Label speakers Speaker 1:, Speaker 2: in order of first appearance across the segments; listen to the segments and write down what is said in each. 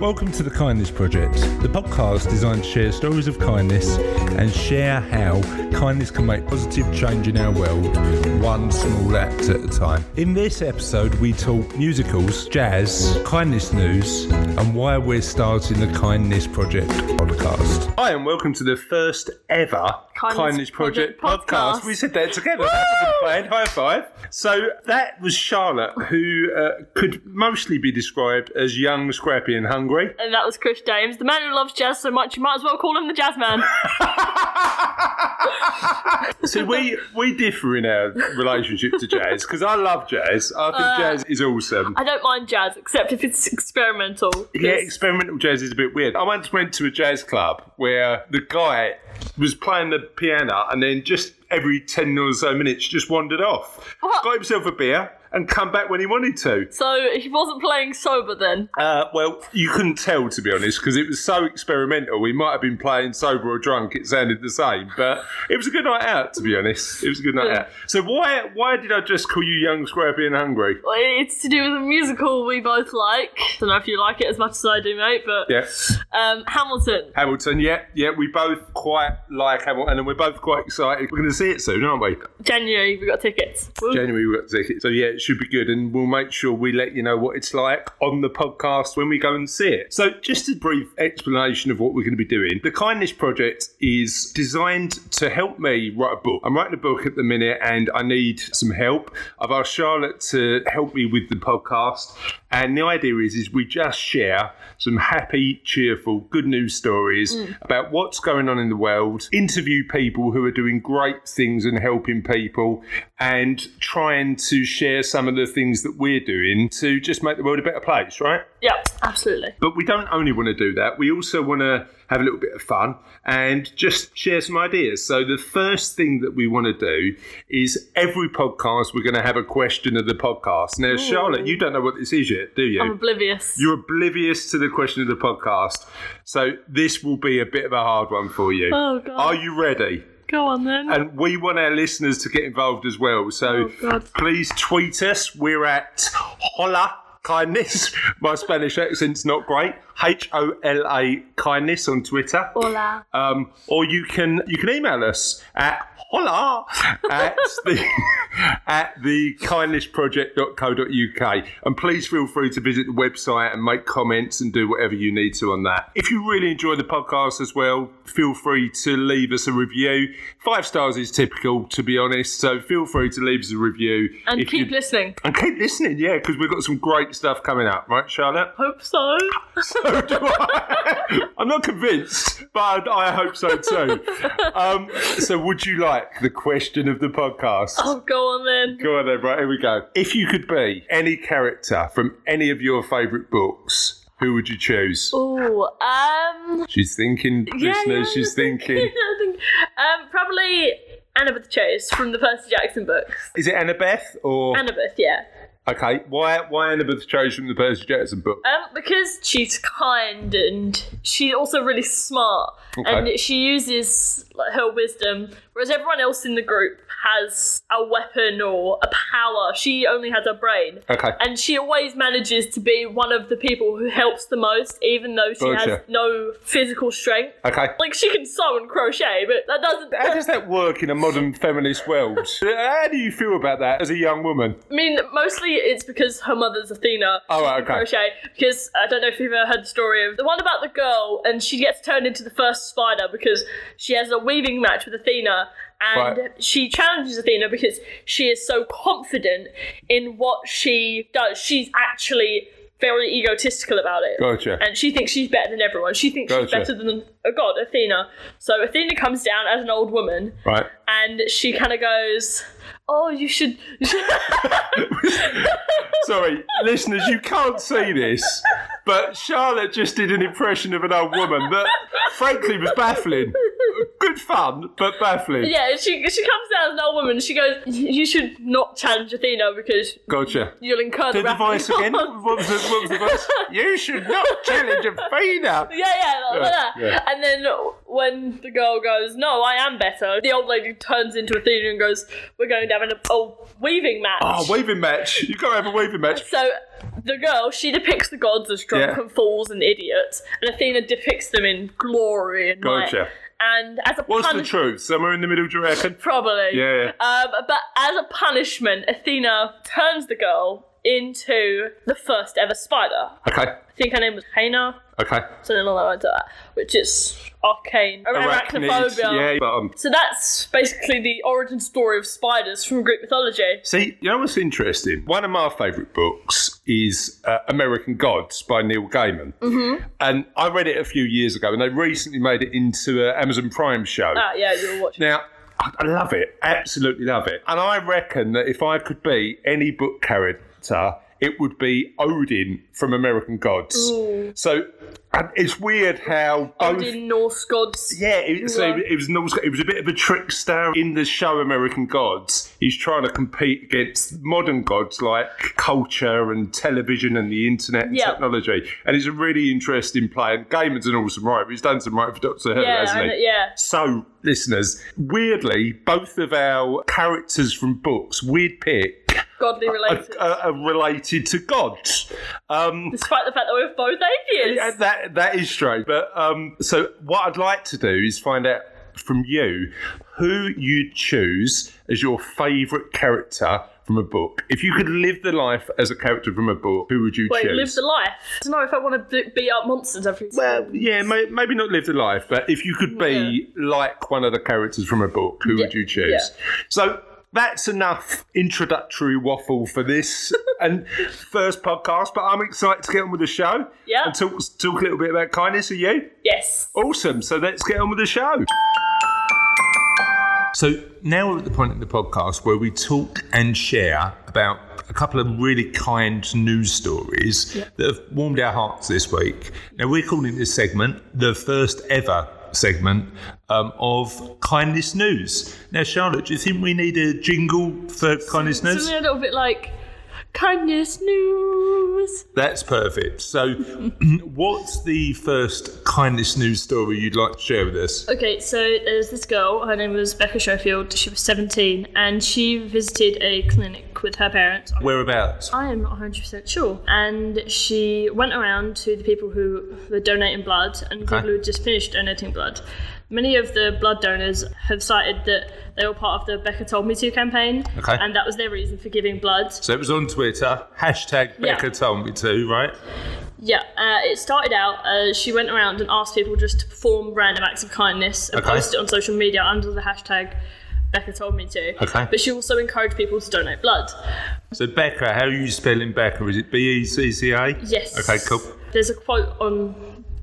Speaker 1: Welcome to The Kindness Project, the podcast designed to share stories of kindness and share how kindness can make positive change in our world, one small act at a time. In this episode, we talk musicals, jazz, kindness news, and why we're starting The Kindness Project podcast. Hi, and welcome to the first ever
Speaker 2: Kindness Project podcast.
Speaker 1: We said that together. That's a good plan. High five. So that was Charlotte, who uh, could mostly be described as young, scrappy, and hungry.
Speaker 2: And that was Chris James, the man who loves jazz so much, you might as well call him the jazz man.
Speaker 1: So we we differ in our relationship to jazz because I love jazz. I think jazz is awesome.
Speaker 2: I don't mind jazz, except if it's experimental. 'cause-
Speaker 1: Yeah, experimental jazz is a bit weird. I once went to a jazz club where the guy was playing the piano and then just every 10 or so minutes just wandered off.
Speaker 2: What?
Speaker 1: Got himself a beer and come back when he wanted to.
Speaker 2: So he wasn't playing sober then.
Speaker 1: Uh, well, you couldn't tell to be honest because it was so experimental. We might have been playing sober or drunk; it sounded the same. But it was a good night out, to be honest. It was a good night
Speaker 2: Yeah.
Speaker 1: out. So why why did I just call you young, scrappy, and hungry?
Speaker 2: Well, It's to do with a musical we both like. Don't know if you like it as much as I do, mate, but
Speaker 1: Yeah,
Speaker 2: um, Hamilton.
Speaker 1: Hamilton. Yeah, yeah. We both quite like Hamilton, and we're both quite excited. We're going to see it soon, aren't we?
Speaker 2: January, we got tickets. Woo.
Speaker 1: January we've got tickets, so yeah, it should be good, and we'll make sure we let you know what it's like on the podcast when we go and see it. So, just a brief explanation of what we're going to be doing. The Kindness Project is designed to help me write a book. I'm writing a book at the minute, and I need some help. I've asked Charlotte to help me with the podcast, and the idea is is we just share some happy, cheerful, good news stories about what's going on in the world, interview people who are doing great things and helping people, and trying to share some of the things that we're doing to just make the world a better place, right?
Speaker 2: Yep, absolutely.
Speaker 1: But we don't only want to do that, we also want to have a little bit of fun and just share some ideas. So, the first thing that we want to do is every podcast, we're going to have a question of the podcast. Now, Charlotte, you don't know what this is yet, do you?
Speaker 2: I'm oblivious.
Speaker 1: You're oblivious to the question of the podcast. So, this will be a bit of a hard one for you.
Speaker 2: Oh, God.
Speaker 1: Are you ready?
Speaker 2: Go on then.
Speaker 1: and we want our listeners to get involved as well. So
Speaker 2: Oh, God.
Speaker 1: please tweet us. We're at Hola Kindness. My Spanish accent's not great. H O L A Kindness on Twitter.
Speaker 2: Hola.
Speaker 1: Um, or you can you can email us at hola at the at the kindnessproject.co.uk and please feel free to visit the website and make comments and do whatever you need to on that. If you really enjoy the podcast as well, feel free to leave us a review. Five stars is typical, to be honest. So feel free to leave us a review
Speaker 2: and
Speaker 1: if
Speaker 2: keep
Speaker 1: you-
Speaker 2: listening.
Speaker 1: and keep listening, yeah, because we've got some great stuff coming up, right, Charlotte?
Speaker 2: Hope so.
Speaker 1: So do I. I'm not convinced, but I hope so too. Um, so, would you like the question of the podcast?
Speaker 2: Oh, go on then.
Speaker 1: Go on then, right? Here we go. If you could be any character from any of your favourite books, who would you choose?
Speaker 2: Ooh, um.
Speaker 1: She's thinking, listeners.
Speaker 2: Oh. yeah,
Speaker 1: she's
Speaker 2: I think-
Speaker 1: thinking.
Speaker 2: I think- um, probably Annabeth Chase from the Percy Jackson books.
Speaker 1: Is it Annabeth or
Speaker 2: Annabeth, yeah.
Speaker 1: okay? Why why Annabeth chose from the Percy Jackson book?
Speaker 2: Um, because she's kind and she's also really smart,
Speaker 1: Okay.
Speaker 2: and she uses like, her wisdom, whereas everyone else in the group has a weapon or a power. She only has her brain.
Speaker 1: Okay,
Speaker 2: And she always manages to be one of the people who helps the most, even though she has
Speaker 1: Gotcha.
Speaker 2: no physical strength.
Speaker 1: okay.
Speaker 2: Like she can sew and crochet, but that doesn't.
Speaker 1: How does that work in a modern feminist world? How do you feel about that as a young woman?
Speaker 2: I mean, mostly it's because her mother's Athena.
Speaker 1: Oh, right,
Speaker 2: She can
Speaker 1: okay.
Speaker 2: Crochet. Because I don't know if you've ever heard the story of the one about the girl, and she gets turned into the first spider because she has a weaving match with Athena, and
Speaker 1: Right.
Speaker 2: she challenges Athena because she is so confident in what she does. She's actually very egotistical about it.
Speaker 1: Gotcha.
Speaker 2: And she thinks she's better than everyone. She thinks she's
Speaker 1: Gotcha.
Speaker 2: better than a god, Athena. So Athena comes down as an old woman,
Speaker 1: Right.
Speaker 2: and she kind of goes, "Oh, you should."
Speaker 1: Sorry, listeners, you can't see this, but Charlotte just did an impression of an old woman that, frankly, was baffling. Good fun, but baffling.
Speaker 2: Yeah, she she comes down as an old woman. She goes, "You should not challenge Athena because
Speaker 1: Gotcha.
Speaker 2: you'll incur
Speaker 1: Do
Speaker 2: the,
Speaker 1: the
Speaker 2: wrath of
Speaker 1: voice again.
Speaker 2: gods."
Speaker 1: What was the, what was the voice? You should not challenge Athena.
Speaker 2: Yeah, yeah, like
Speaker 1: Yeah,
Speaker 2: that.
Speaker 1: yeah.
Speaker 2: And then when the girl goes, "No, I am better," the old lady turns into Athena and goes, "We're going to have an, a weaving match."
Speaker 1: Ah, waving match. You've got to have a waving match.
Speaker 2: So the girl, she depicts the gods as drunken fools and idiots, and Athena depicts them in glory and might.
Speaker 1: Gotcha.
Speaker 2: And as a
Speaker 1: What's the
Speaker 2: punishment,
Speaker 1: truth? Somewhere in the middle, do you reckon?
Speaker 2: probably.
Speaker 1: Yeah,
Speaker 2: Um, but as a punishment, Athena turns the girl into the first ever spider.
Speaker 1: Okay.
Speaker 2: I think her name was Hena,
Speaker 1: Okay.
Speaker 2: something along the lines of that, which is arcane
Speaker 1: Arachnid,
Speaker 2: arachnophobia.
Speaker 1: Yeah, but um,
Speaker 2: So that's basically the origin story of spiders from Greek mythology.
Speaker 1: see, you know what's interesting? One of my favourite books is uh, American Gods by Neil Gaiman, mm-hmm. and I read it a few years ago, and they recently made it into an Amazon Prime show.
Speaker 2: Ah, yeah, you were watching.
Speaker 1: Now, I I love it, absolutely love it. And I reckon that if I could be any book character, it would be Odin from American Gods.
Speaker 2: Ooh.
Speaker 1: So and it's weird how both.
Speaker 2: Odin, Norse gods.
Speaker 1: Yeah, it, so
Speaker 2: Yeah.
Speaker 1: it was an old- it was a bit of a trickster in the show American Gods. He's trying to compete against modern gods like culture and television and the internet and
Speaker 2: Yeah.
Speaker 1: technology. And he's a really interesting player. And Gaiman's an awesome writer. He's done some writing for Doctor Who,
Speaker 2: Yeah,
Speaker 1: hasn't he?
Speaker 2: and- yeah.
Speaker 1: So, listeners, weirdly, both of our characters from books, Weird Pick,
Speaker 2: Godly
Speaker 1: are,
Speaker 2: related.
Speaker 1: are, are related to gods. Um,
Speaker 2: Despite the fact that we're both atheists.
Speaker 1: yeah, that that is strange. But um, so, what I'd like to do is find out from you who you'd choose as your favourite character from a book. If you could live the life as a character from a book, who would you
Speaker 2: Wait,
Speaker 1: choose?
Speaker 2: live the life. I don't know if I want to beat up monsters every
Speaker 1: well, yeah, may, maybe not live the life, but if you could be like one of the characters from a book, who would you choose? So that's enough introductory waffle for this and first podcast. But I'm excited to get on with the show
Speaker 2: Yeah.
Speaker 1: and talk talk a little bit about kindness. Are you?
Speaker 2: Yes.
Speaker 1: Awesome. So let's get on with the show. So now we're at the point in the podcast where we talk and share about a couple of really kind news stories that have warmed our hearts this week. Now we're calling this segment the first ever segment um, of kindness news. Now, Charlotte, do you think we need a jingle for kindness news?
Speaker 2: Something a little bit like kindness news.
Speaker 1: That's perfect. So, what's the first kindness news story you'd like to share with us?
Speaker 2: Okay, so there's this girl. Her name was Becca Schofield. She was 17, and she visited a clinic with her parents.
Speaker 1: Whereabouts?
Speaker 2: I am not 100% sure. And she went around to the people who were donating blood and
Speaker 1: Okay.
Speaker 2: people who had just finished donating blood. Many of the blood donors have cited that they were part of the Becca Told Me To campaign,
Speaker 1: Okay.
Speaker 2: and that was their reason for giving blood.
Speaker 1: So it was on Twitter, hashtag
Speaker 2: Yeah.
Speaker 1: Becca told me to, right?
Speaker 2: Yeah, uh, it started out uh, she went around and asked people just to perform random acts of kindness and
Speaker 1: Okay.
Speaker 2: post it on social media under the hashtag Becca Told Me To.
Speaker 1: Okay.
Speaker 2: But she also encouraged people to donate blood.
Speaker 1: So Becca, how are you spelling Becca? Is it B E C C A?
Speaker 2: Yes.
Speaker 1: Okay, cool.
Speaker 2: There's a quote on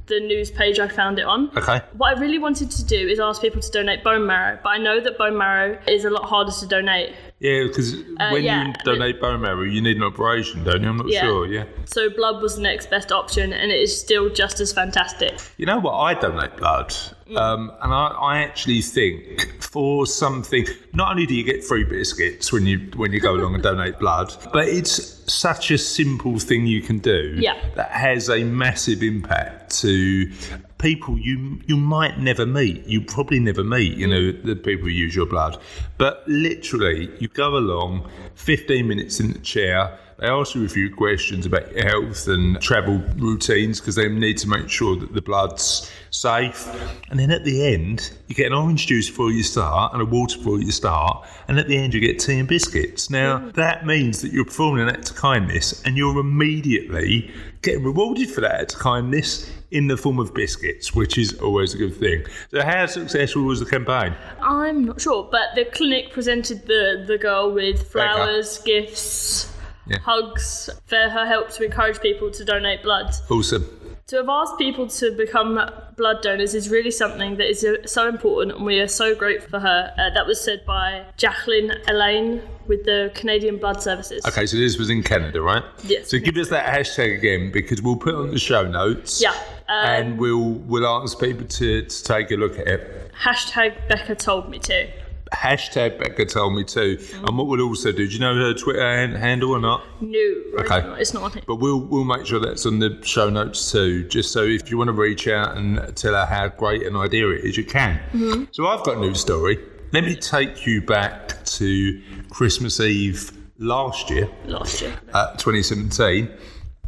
Speaker 2: the news page I found it on.
Speaker 1: Okay.
Speaker 2: What I really wanted to do is ask people to donate bone marrow, but I know that bone marrow is a lot harder to donate.
Speaker 1: Yeah, because when
Speaker 2: Uh, yeah.
Speaker 1: you donate bone marrow, you need an operation, don't you? I'm not
Speaker 2: Yeah.
Speaker 1: sure, yeah.
Speaker 2: So blood was the next best option, and it is still just as fantastic.
Speaker 1: You know what? I donate blood.
Speaker 2: Mm.
Speaker 1: Um, and I, I actually think for something, not only do you get free biscuits when you when you go along and donate blood, but it's such a simple thing you can do
Speaker 2: Yeah.
Speaker 1: that has a massive impact to people you you might never meet. You probably never meet, you know, the people who use your blood. But literally, you go along, 15 minutes in the chair. They ask you a few questions about your health and travel routines because they need to make sure that the blood's safe. And then at the end, you get an orange juice before you start and a water before you start. And at the end, you get tea and biscuits. Now,
Speaker 2: Mm.
Speaker 1: that means that you're performing an act of kindness and you're immediately getting rewarded for that act of kindness in the form of biscuits, which is always a good thing. So, how successful was the campaign?
Speaker 2: I'm not sure, but the clinic presented the, the girl with flowers, gifts,
Speaker 1: Yeah.
Speaker 2: hugs for her help to encourage people to donate blood.
Speaker 1: Awesome.
Speaker 2: To have asked people to become blood donors is really something that is uh, so important, and we are so grateful for her. Uh, that was said by Jacqueline Elaine with the Canadian Blood Services.
Speaker 1: Okay, so this was in Canada, right?
Speaker 2: Yes.
Speaker 1: So, give us that hashtag again because we'll put it on the show notes.
Speaker 2: Yeah. Um,
Speaker 1: and we'll we'll ask people to, to take a look at it.
Speaker 2: hashtag Becca told me to.
Speaker 1: hashtag Becca told me to. And what we'll also do, do you know her Twitter han- handle or not?
Speaker 2: No,
Speaker 1: Okay.
Speaker 2: it's not on here.
Speaker 1: But we'll we'll make sure that's on the show notes too, just so if you want to reach out and tell her how great an idea it is, you can. So I've got a news story. Let me take you back to Christmas Eve last year,
Speaker 2: last year.
Speaker 1: uh, 2017,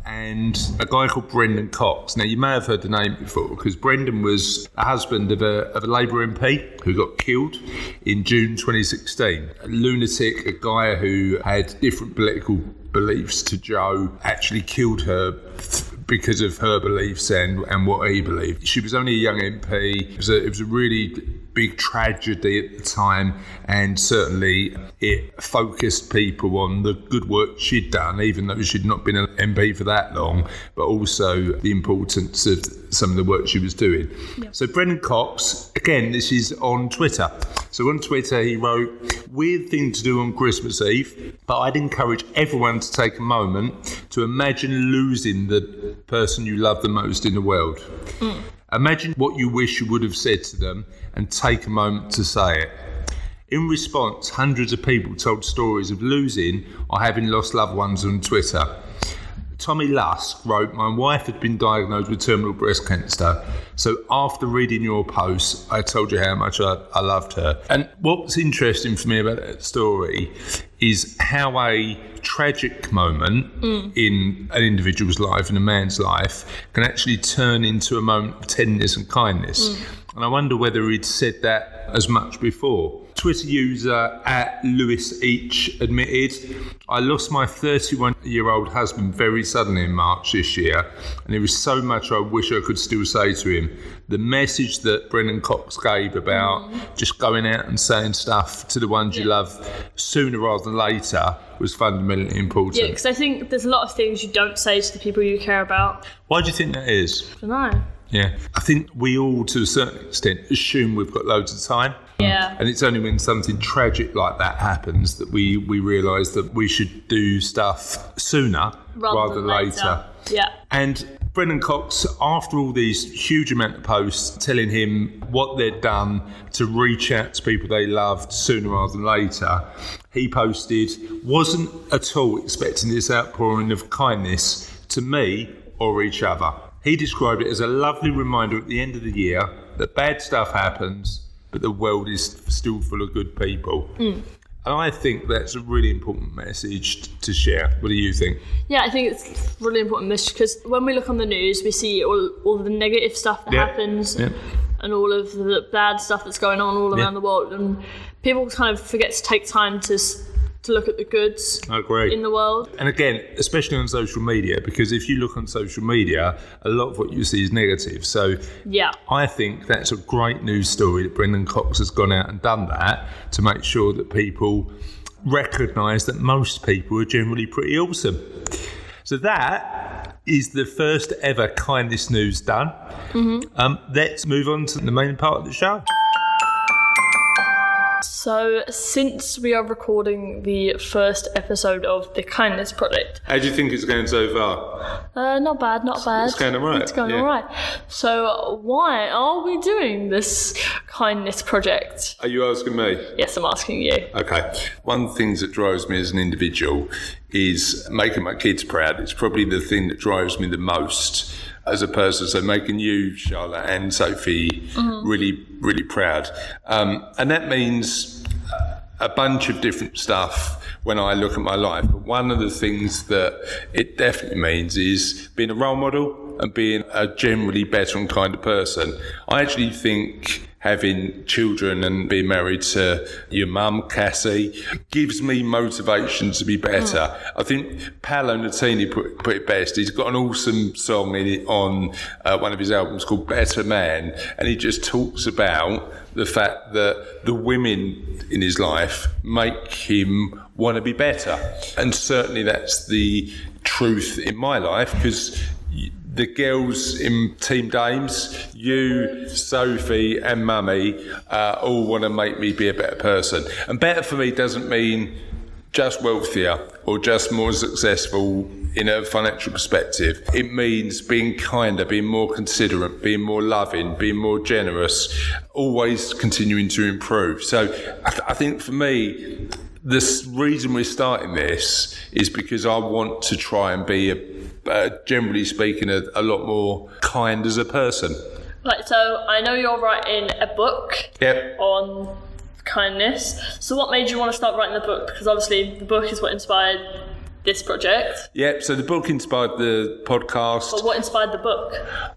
Speaker 1: and a guy called Brendan Cox. Now, you may have heard the name before because Brendan was a husband of a, of a Labour MP who got killed in June 2016. A lunatic, a guy who had different political beliefs to Joe, actually killed her. Because of her beliefs and, and what he believed. She was only a young MP. It was a, it was a really big tragedy at the time, and certainly it focused people on the good work she'd done, even though she'd not been an MP for that long, but also the importance of some of the work she was doing. So, Brendan Cox, again, this is on Twitter. So, on Twitter, he wrote, Weird thing to do on Christmas Eve, but I'd encourage everyone to take a moment to imagine losing the person you love the most in the world. Imagine what you wish you would have said to them and take a moment to say it. In response, hundreds of people told stories of losing or having lost loved ones on Twitter. Tommy Lusk wrote, My wife had been diagnosed with terminal breast cancer. So after reading your post, I told you how much I, I loved her. And what's interesting for me about that story is how a tragic moment in an individual's life, in a man's life, can actually turn into a moment of tenderness and kindness. And I wonder whether he'd said that as much before. Twitter user at Lewis Each admitted, I lost my 31 year old husband very suddenly in March this year, and there is so much I wish I could still say to him. The message that Brennan Cox gave about just going out and saying stuff to the ones you love sooner rather than later was fundamentally
Speaker 2: Yeah,
Speaker 1: important.
Speaker 2: because I think there's a lot of things you don't say to the people you care about.
Speaker 1: Why do you think that is?
Speaker 2: I don't know.
Speaker 1: Yeah. I think we all, to a certain extent, assume we've got loads of time.
Speaker 2: Yeah.
Speaker 1: And it's only when something tragic like that happens that we, we realise that we should do stuff sooner rather, than later.
Speaker 2: Yeah.
Speaker 1: And Brendan Cox, after all these huge amount of posts telling him what they'd done to reach out to people they loved sooner rather than later, he posted, wasn't at all expecting this outpouring of kindness to me or each other. He described it as a lovely reminder at the end of the year that bad stuff happens, but the world is still full of good people. And I think that's a really important message t- to share. What do you think?
Speaker 2: Yeah, I think it's really important this because when we look on the news, we see all, all the negative stuff that
Speaker 1: Yeah.
Speaker 2: happens
Speaker 1: Yeah.
Speaker 2: and all of the bad stuff that's going on all
Speaker 1: Yeah.
Speaker 2: around the world, and people kind of forget to take time to s- to look at the goods
Speaker 1: I agree.
Speaker 2: in the world.
Speaker 1: And again, especially on social media, because if you look on social media, a lot of what you see is negative. So
Speaker 2: Yeah,
Speaker 1: I think that's a great news story that Brendan Cox has gone out and done that to make sure that people recognise that most people are generally pretty awesome. So that is the first ever kindness news done. Um, let's move on to the main part of the show.
Speaker 2: So, since we are recording the first episode of the Kindness Project,
Speaker 1: How do you think it's going so far?
Speaker 2: uh, not bad, not bad.
Speaker 1: it's going alright,
Speaker 2: It's going
Speaker 1: yeah.
Speaker 2: alright. So, why are we doing this Kindness Project?
Speaker 1: Are you asking me?
Speaker 2: Yes, I'm asking you.
Speaker 1: Okay. One of the things that drives me as an individual is making my kids proud. It's probably the thing that drives me the most as a person. So making you, Charlotte, and Sophie really, really proud. Um, and that means a bunch of different stuff when I look at my life. But one of the things that it definitely means is being a role model and being a generally better and kinder person. I actually think having children and being married to your mum, Cassie, gives me motivation to be better. I think Paolo Nutini put, put it best. He's got an awesome song in it on uh, one of his albums called Better Man, and he just talks about the fact that the women in his life make him want to be better. And certainly that's the truth in my life because the girls in Team Dames, you, Sophie, and Mummy, uh, all want to make me be a better person. And better for me doesn't mean just wealthier or just more successful in a financial perspective. It means being kinder, being more considerate, being more loving, being more generous, always continuing to improve. So I, th- I think for me, the s- reason we're starting this is because I want to try and be, a, uh, generally speaking, a, a lot more kind as a person.
Speaker 2: Right, so I know you're writing a book
Speaker 1: Yep.
Speaker 2: on kindness. So, what made you want to start writing the book? Because obviously, the book is what inspired this project.
Speaker 1: Yep. So the book inspired the podcast.
Speaker 2: But what inspired the book?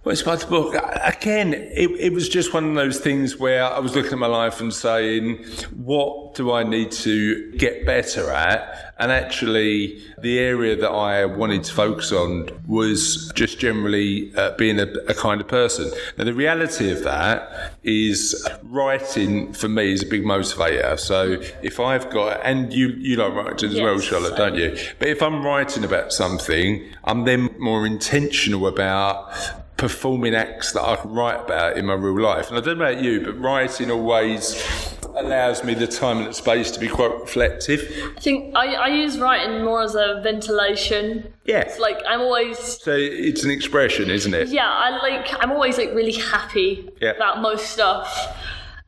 Speaker 1: Well, it's about the book. Again, it, it was just one of those things where I was looking at my life and saying, what do I need to get better at? And actually, the area that I wanted to focus on was just generally uh, being a, a kind of person. Now, the reality of that is writing for me is a big motivator. So if I've got, and you, you like writing as well,
Speaker 2: Yes.
Speaker 1: Charlotte, don't you? But if I'm writing about something, I'm then more intentional about performing acts that I can write about in my real life. And I don't know about you, but writing always allows me the time and the space to be quite reflective.
Speaker 2: I think I, I use writing more as a ventilation.
Speaker 1: Yeah.
Speaker 2: It's like I'm always
Speaker 1: So it's an expression, isn't it?
Speaker 2: yeah, I like I'm always like really happy
Speaker 1: Yeah.
Speaker 2: about most stuff.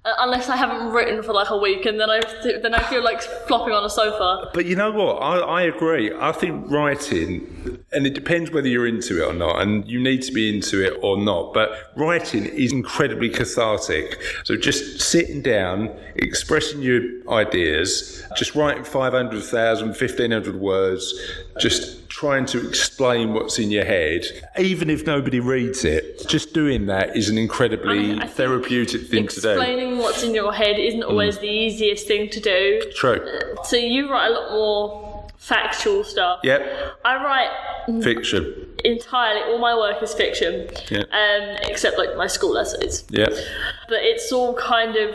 Speaker 2: Uh, Unless I haven't written for like a week, and then I then I feel like flopping on a sofa.
Speaker 1: But you know what? I, I agree. I think writing, and it depends whether you're into it or not, and you need to be into it or not, but writing is incredibly cathartic. So just sitting down, expressing your ideas, just writing 500,000, 1,500 words, just trying to explain what's in your head, even if nobody reads it, just doing that is an incredibly
Speaker 2: I- I think
Speaker 1: therapeutic thing to do.
Speaker 2: Explaining what's in your head isn't
Speaker 1: Mm.
Speaker 2: always the easiest thing to do.
Speaker 1: True.
Speaker 2: So you write a lot more factual stuff.
Speaker 1: Yep.
Speaker 2: I write
Speaker 1: Fiction.
Speaker 2: entirely. All my work is fiction,
Speaker 1: Yeah.
Speaker 2: um, except like my school essays.
Speaker 1: Yep.
Speaker 2: but it's all kind of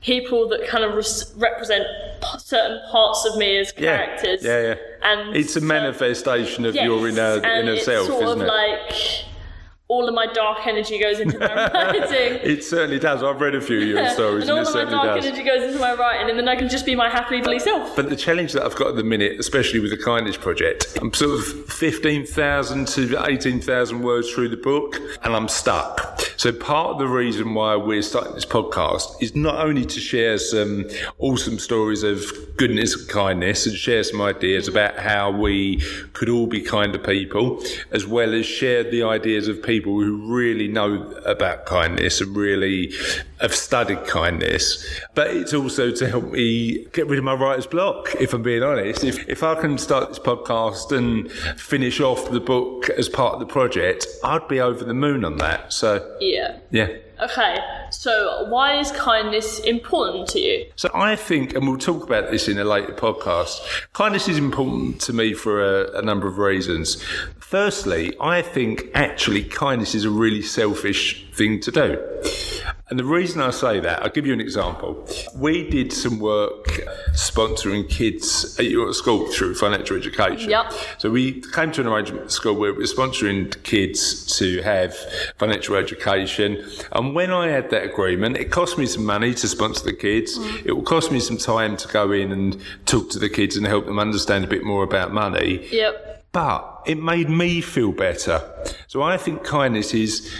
Speaker 2: people that kind of res- represent p- certain parts of me as
Speaker 1: Yeah.
Speaker 2: characters.
Speaker 1: Yeah, yeah.
Speaker 2: And
Speaker 1: It's a
Speaker 2: so-
Speaker 1: manifestation of
Speaker 2: yes,
Speaker 1: your inner
Speaker 2: and
Speaker 1: inner
Speaker 2: it's
Speaker 1: self,
Speaker 2: sort
Speaker 1: isn't
Speaker 2: of
Speaker 1: it?
Speaker 2: Like all of my dark energy goes into my writing.
Speaker 1: it certainly does. I've read a few of your stories,
Speaker 2: and
Speaker 1: and,
Speaker 2: all
Speaker 1: it
Speaker 2: of my
Speaker 1: certainly
Speaker 2: dark
Speaker 1: does.
Speaker 2: energy goes into my writing, and then I can just be my happy little self.
Speaker 1: But the challenge that I've got at the minute, especially with the Kindness Project, I'm sort of 15,000 to 18,000 words through the book and I'm stuck. So part of the reason why we're starting this podcast is not only to share some awesome stories of goodness and kindness and share some ideas about how we could all be kinder people, as well as share the ideas of people who really know about kindness and really have studied kindness. But it's also to help me get rid of my writer's block, if I'm being honest. If, if I can start this podcast and finish off the book as part of the project, I'd be over the moon on that. So,
Speaker 2: Yeah.
Speaker 1: yeah.
Speaker 2: Okay. So why is kindness important to you?
Speaker 1: So I think, and we'll talk about this in a later podcast, kindness is important to me for a, a number of reasons. Firstly, I think actually kindness is a really selfish thing to do. And the reason I say that, I'll give you an example. We did some work sponsoring kids at your school through financial education.
Speaker 2: Yep.
Speaker 1: So we came to an arrangement at school where we were sponsoring kids to have financial education. And when I had that agreement, it cost me some money to sponsor the kids. It will cost me some time to go in and talk to the kids and help them understand a bit more about money.
Speaker 2: Yep.
Speaker 1: But it made me feel better. So I think kindness is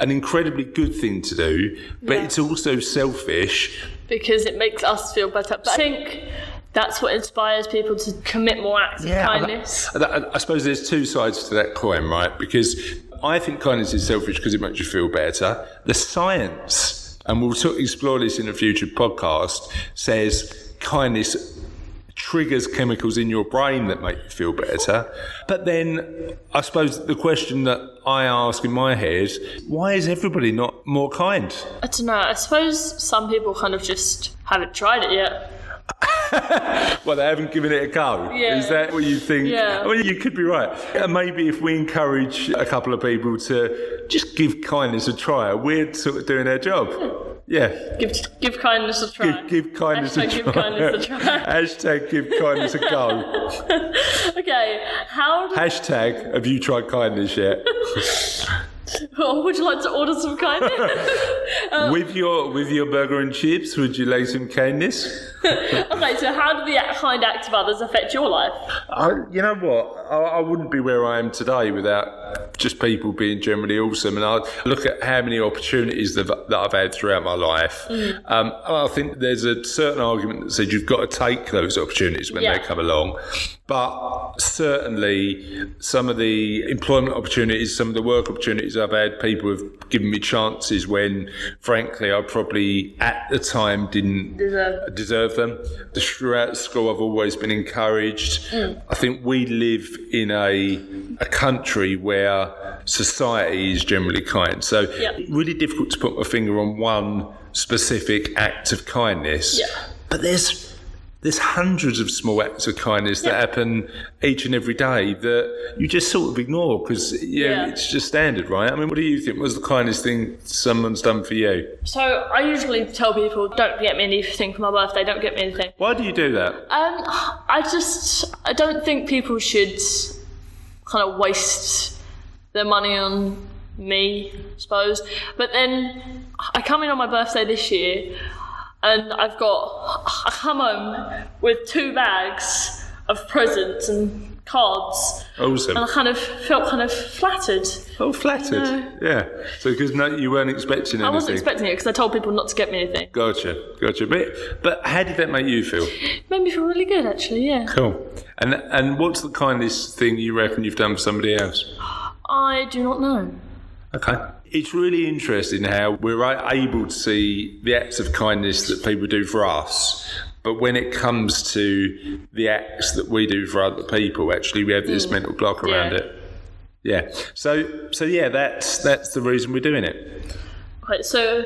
Speaker 1: an incredibly good thing to do, but it's also selfish.
Speaker 2: because it makes us feel better. But I think that's what inspires people to commit more acts
Speaker 1: Yeah,
Speaker 2: of
Speaker 1: I-
Speaker 2: kindness.
Speaker 1: I, I- I suppose there's two sides to that coin, right? Because I think kindness is selfish because it makes you feel better. The science, and we'll sort of explore this in a future podcast, says kindness triggers chemicals in your brain that make you feel better. But then I suppose the question that I ask in my head, why is everybody not more kind?
Speaker 2: I don't know. I suppose some people kind of just haven't tried it yet.
Speaker 1: Well, they haven't given it a go.
Speaker 2: Yeah.
Speaker 1: Is that what you think?
Speaker 2: Yeah.
Speaker 1: Well, you could be right. And maybe if we encourage a couple of people to just give kindness a try, we're sort of doing our job. Yeah.
Speaker 2: Give give kindness a try.
Speaker 1: Give, give kindness
Speaker 2: Hmm. Hashtag
Speaker 1: a
Speaker 2: give
Speaker 1: try.
Speaker 2: kindness a try.
Speaker 1: Hashtag give kindness a go.
Speaker 2: okay. How do,
Speaker 1: Hashtag have you tried kindness yet?
Speaker 2: oh, would you like to order some kindness? Um,
Speaker 1: with your with your burger and chips, would you like some kindness?
Speaker 2: okay. So how do the act- kind acts of others affect your life?
Speaker 1: I, you know what? I, I wouldn't be where I am today without just people being generally awesome. And I look at how many opportunities that, that I've had throughout my life.
Speaker 2: Mm.
Speaker 1: Um, and I think there's a certain argument that says you've got to take those opportunities when
Speaker 2: Yeah.
Speaker 1: they come along. But certainly some of the employment opportunities, some of the work opportunities I've had, people have given me chances when, frankly, I probably at the time didn't
Speaker 2: Deserve.
Speaker 1: deserve them. Throughout school, I've always been encouraged.
Speaker 2: Mm.
Speaker 1: I think we live in a a country where society is generally kind, so
Speaker 2: Yeah.
Speaker 1: really difficult to put my finger on one specific act of kindness.
Speaker 2: Yeah.
Speaker 1: But there's there's hundreds of small acts of kindness that happen each and every day that you just sort of ignore because yeah,
Speaker 2: Yeah.
Speaker 1: it's just standard, right? I mean, what do you think? What's the kindest thing someone's done for you?
Speaker 2: So I usually tell people, don't get me anything for my birthday. Don't get me anything.
Speaker 1: Why do you do that?
Speaker 2: Um, I just I don't think people should kind of waste their money on me, I suppose. But then I come in on my birthday this year, and I've got I come home with two bags of presents and cards,
Speaker 1: Awesome.
Speaker 2: and I kind of felt kind of flattered.
Speaker 1: Oh, flattered.
Speaker 2: No.
Speaker 1: Yeah. So because no, you weren't expecting anything.
Speaker 2: I wasn't expecting it because I told people not to get me anything.
Speaker 1: Gotcha, gotcha. But but how did that make you feel?
Speaker 2: Made me feel really good actually. Yeah.
Speaker 1: Cool. And and what's the kindest thing you reckon you've done for somebody else?
Speaker 2: I do not know.
Speaker 1: Okay. It's really interesting how we're a- able to see the acts of kindness that people do for us. But when it comes to the acts that we do for other people, actually, we have this mental block around
Speaker 2: Mm. Yeah.
Speaker 1: it. Yeah. So, so yeah, that's that's the reason we're doing it.
Speaker 2: Right, so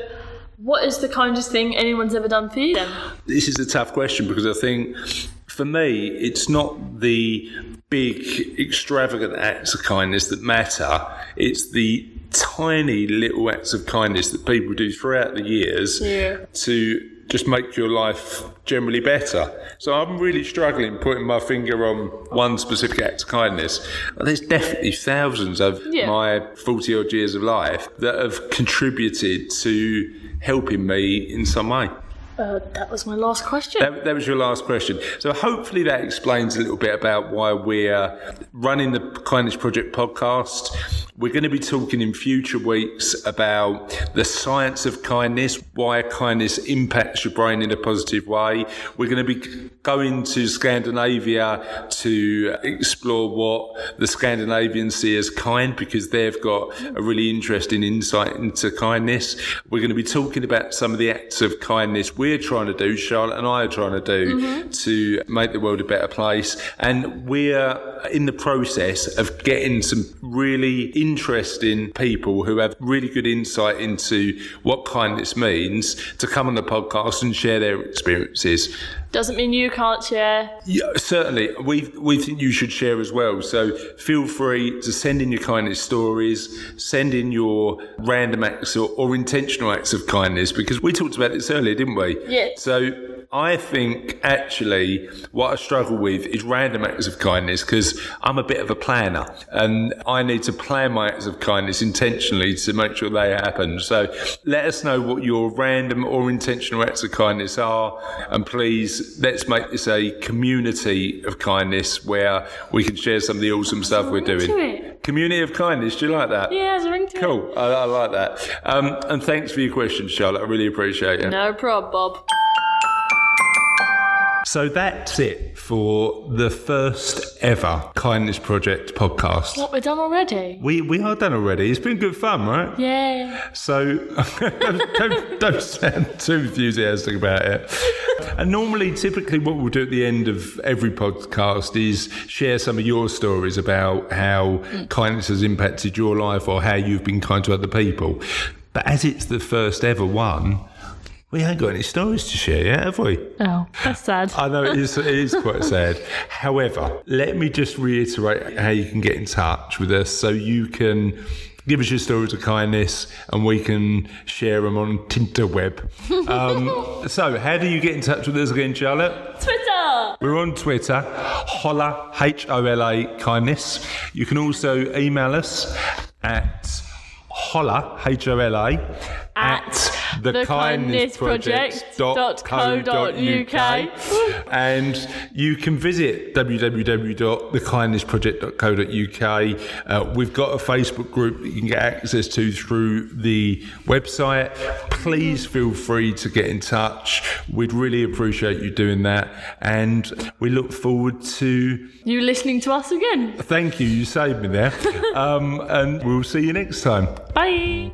Speaker 2: what is the kindest thing anyone's ever done for you then?
Speaker 1: this is a tough question because I think for me, it's not the big, extravagant acts of kindness that matter. It's the tiny little acts of kindness that people do throughout the years
Speaker 2: Yeah.
Speaker 1: to just make your life generally better. So I'm really struggling putting my finger on one specific act of kindness. But there's definitely thousands of
Speaker 2: Yeah.
Speaker 1: my 40 odd years of life that have contributed to helping me in some way.
Speaker 2: Uh, that was my last question.
Speaker 1: That, that was your last question. So hopefully that explains a little bit about why we're running the Kindness Project podcast. We're going to be talking in future weeks about the science of kindness, why kindness impacts your brain in a positive way. We're going to be going to Scandinavia to explore what the Scandinavians see as kind because they've got a really interesting insight into kindness. We're going to be talking about some of the acts of kindness we're trying to do, Charlotte and I are trying to do to make the world a better place. And we're in the process of getting some really interesting people who have really good insight into what kindness means to come on the podcast and share their experiences.
Speaker 2: Doesn't mean you can't share.
Speaker 1: Yeah, certainly. We we think you should share as well. So feel free to send in your kindness stories, send in your random acts or, or intentional acts of kindness because we talked about this earlier, didn't we?
Speaker 2: Yeah.
Speaker 1: So I think actually what I struggle with is random acts of kindness because I'm a bit of a planner and I need to plan my acts of kindness intentionally to make sure they happen. So let us know what your random or intentional acts of kindness are and please let's make this a community of kindness where we can share some of the awesome stuff we're
Speaker 2: To
Speaker 1: doing.
Speaker 2: it.
Speaker 1: Community of kindness, do you like that?
Speaker 2: Yeah, there's a ring to
Speaker 1: Cool, I, I like that. Um, and thanks for your question, Charlotte. I really appreciate it.
Speaker 2: it. No prob, Bob.
Speaker 1: So that's it for the first ever Kindness Project podcast.
Speaker 2: What, we're done already?
Speaker 1: We, we are done already. It's been good fun, right?
Speaker 2: Yeah.
Speaker 1: So don't, don't, don't sound too enthusiastic about it. And normally, typically, what we'll do at the end of every podcast is share some of your stories about how kindness has impacted your life or how you've been kind to other people. But as it's the first ever one, we ain't got any stories to share yet, have we?
Speaker 2: Oh, that's sad.
Speaker 1: I know it is, it is quite sad. However, let me just reiterate how you can get in touch with us so you can give us your stories of kindness and we can share them on Tinterweb. Um, so, how do you get in touch with us again, Charlotte?
Speaker 2: Twitter!
Speaker 1: We're on Twitter, holla, H O L A, kindness. You can also email us at holla, H O L A,
Speaker 2: At
Speaker 1: the, kindness, project dot co dot uk, and you can visit www.thekindnessproject.co.uk. Uh, we've got a Facebook group that you can get access to through the website. Please feel free to get in touch. We'd really appreciate you doing that, and we look forward to
Speaker 2: You listening to us again?
Speaker 1: Thank you, you saved me there. um, and we'll see you next time.
Speaker 2: Bye.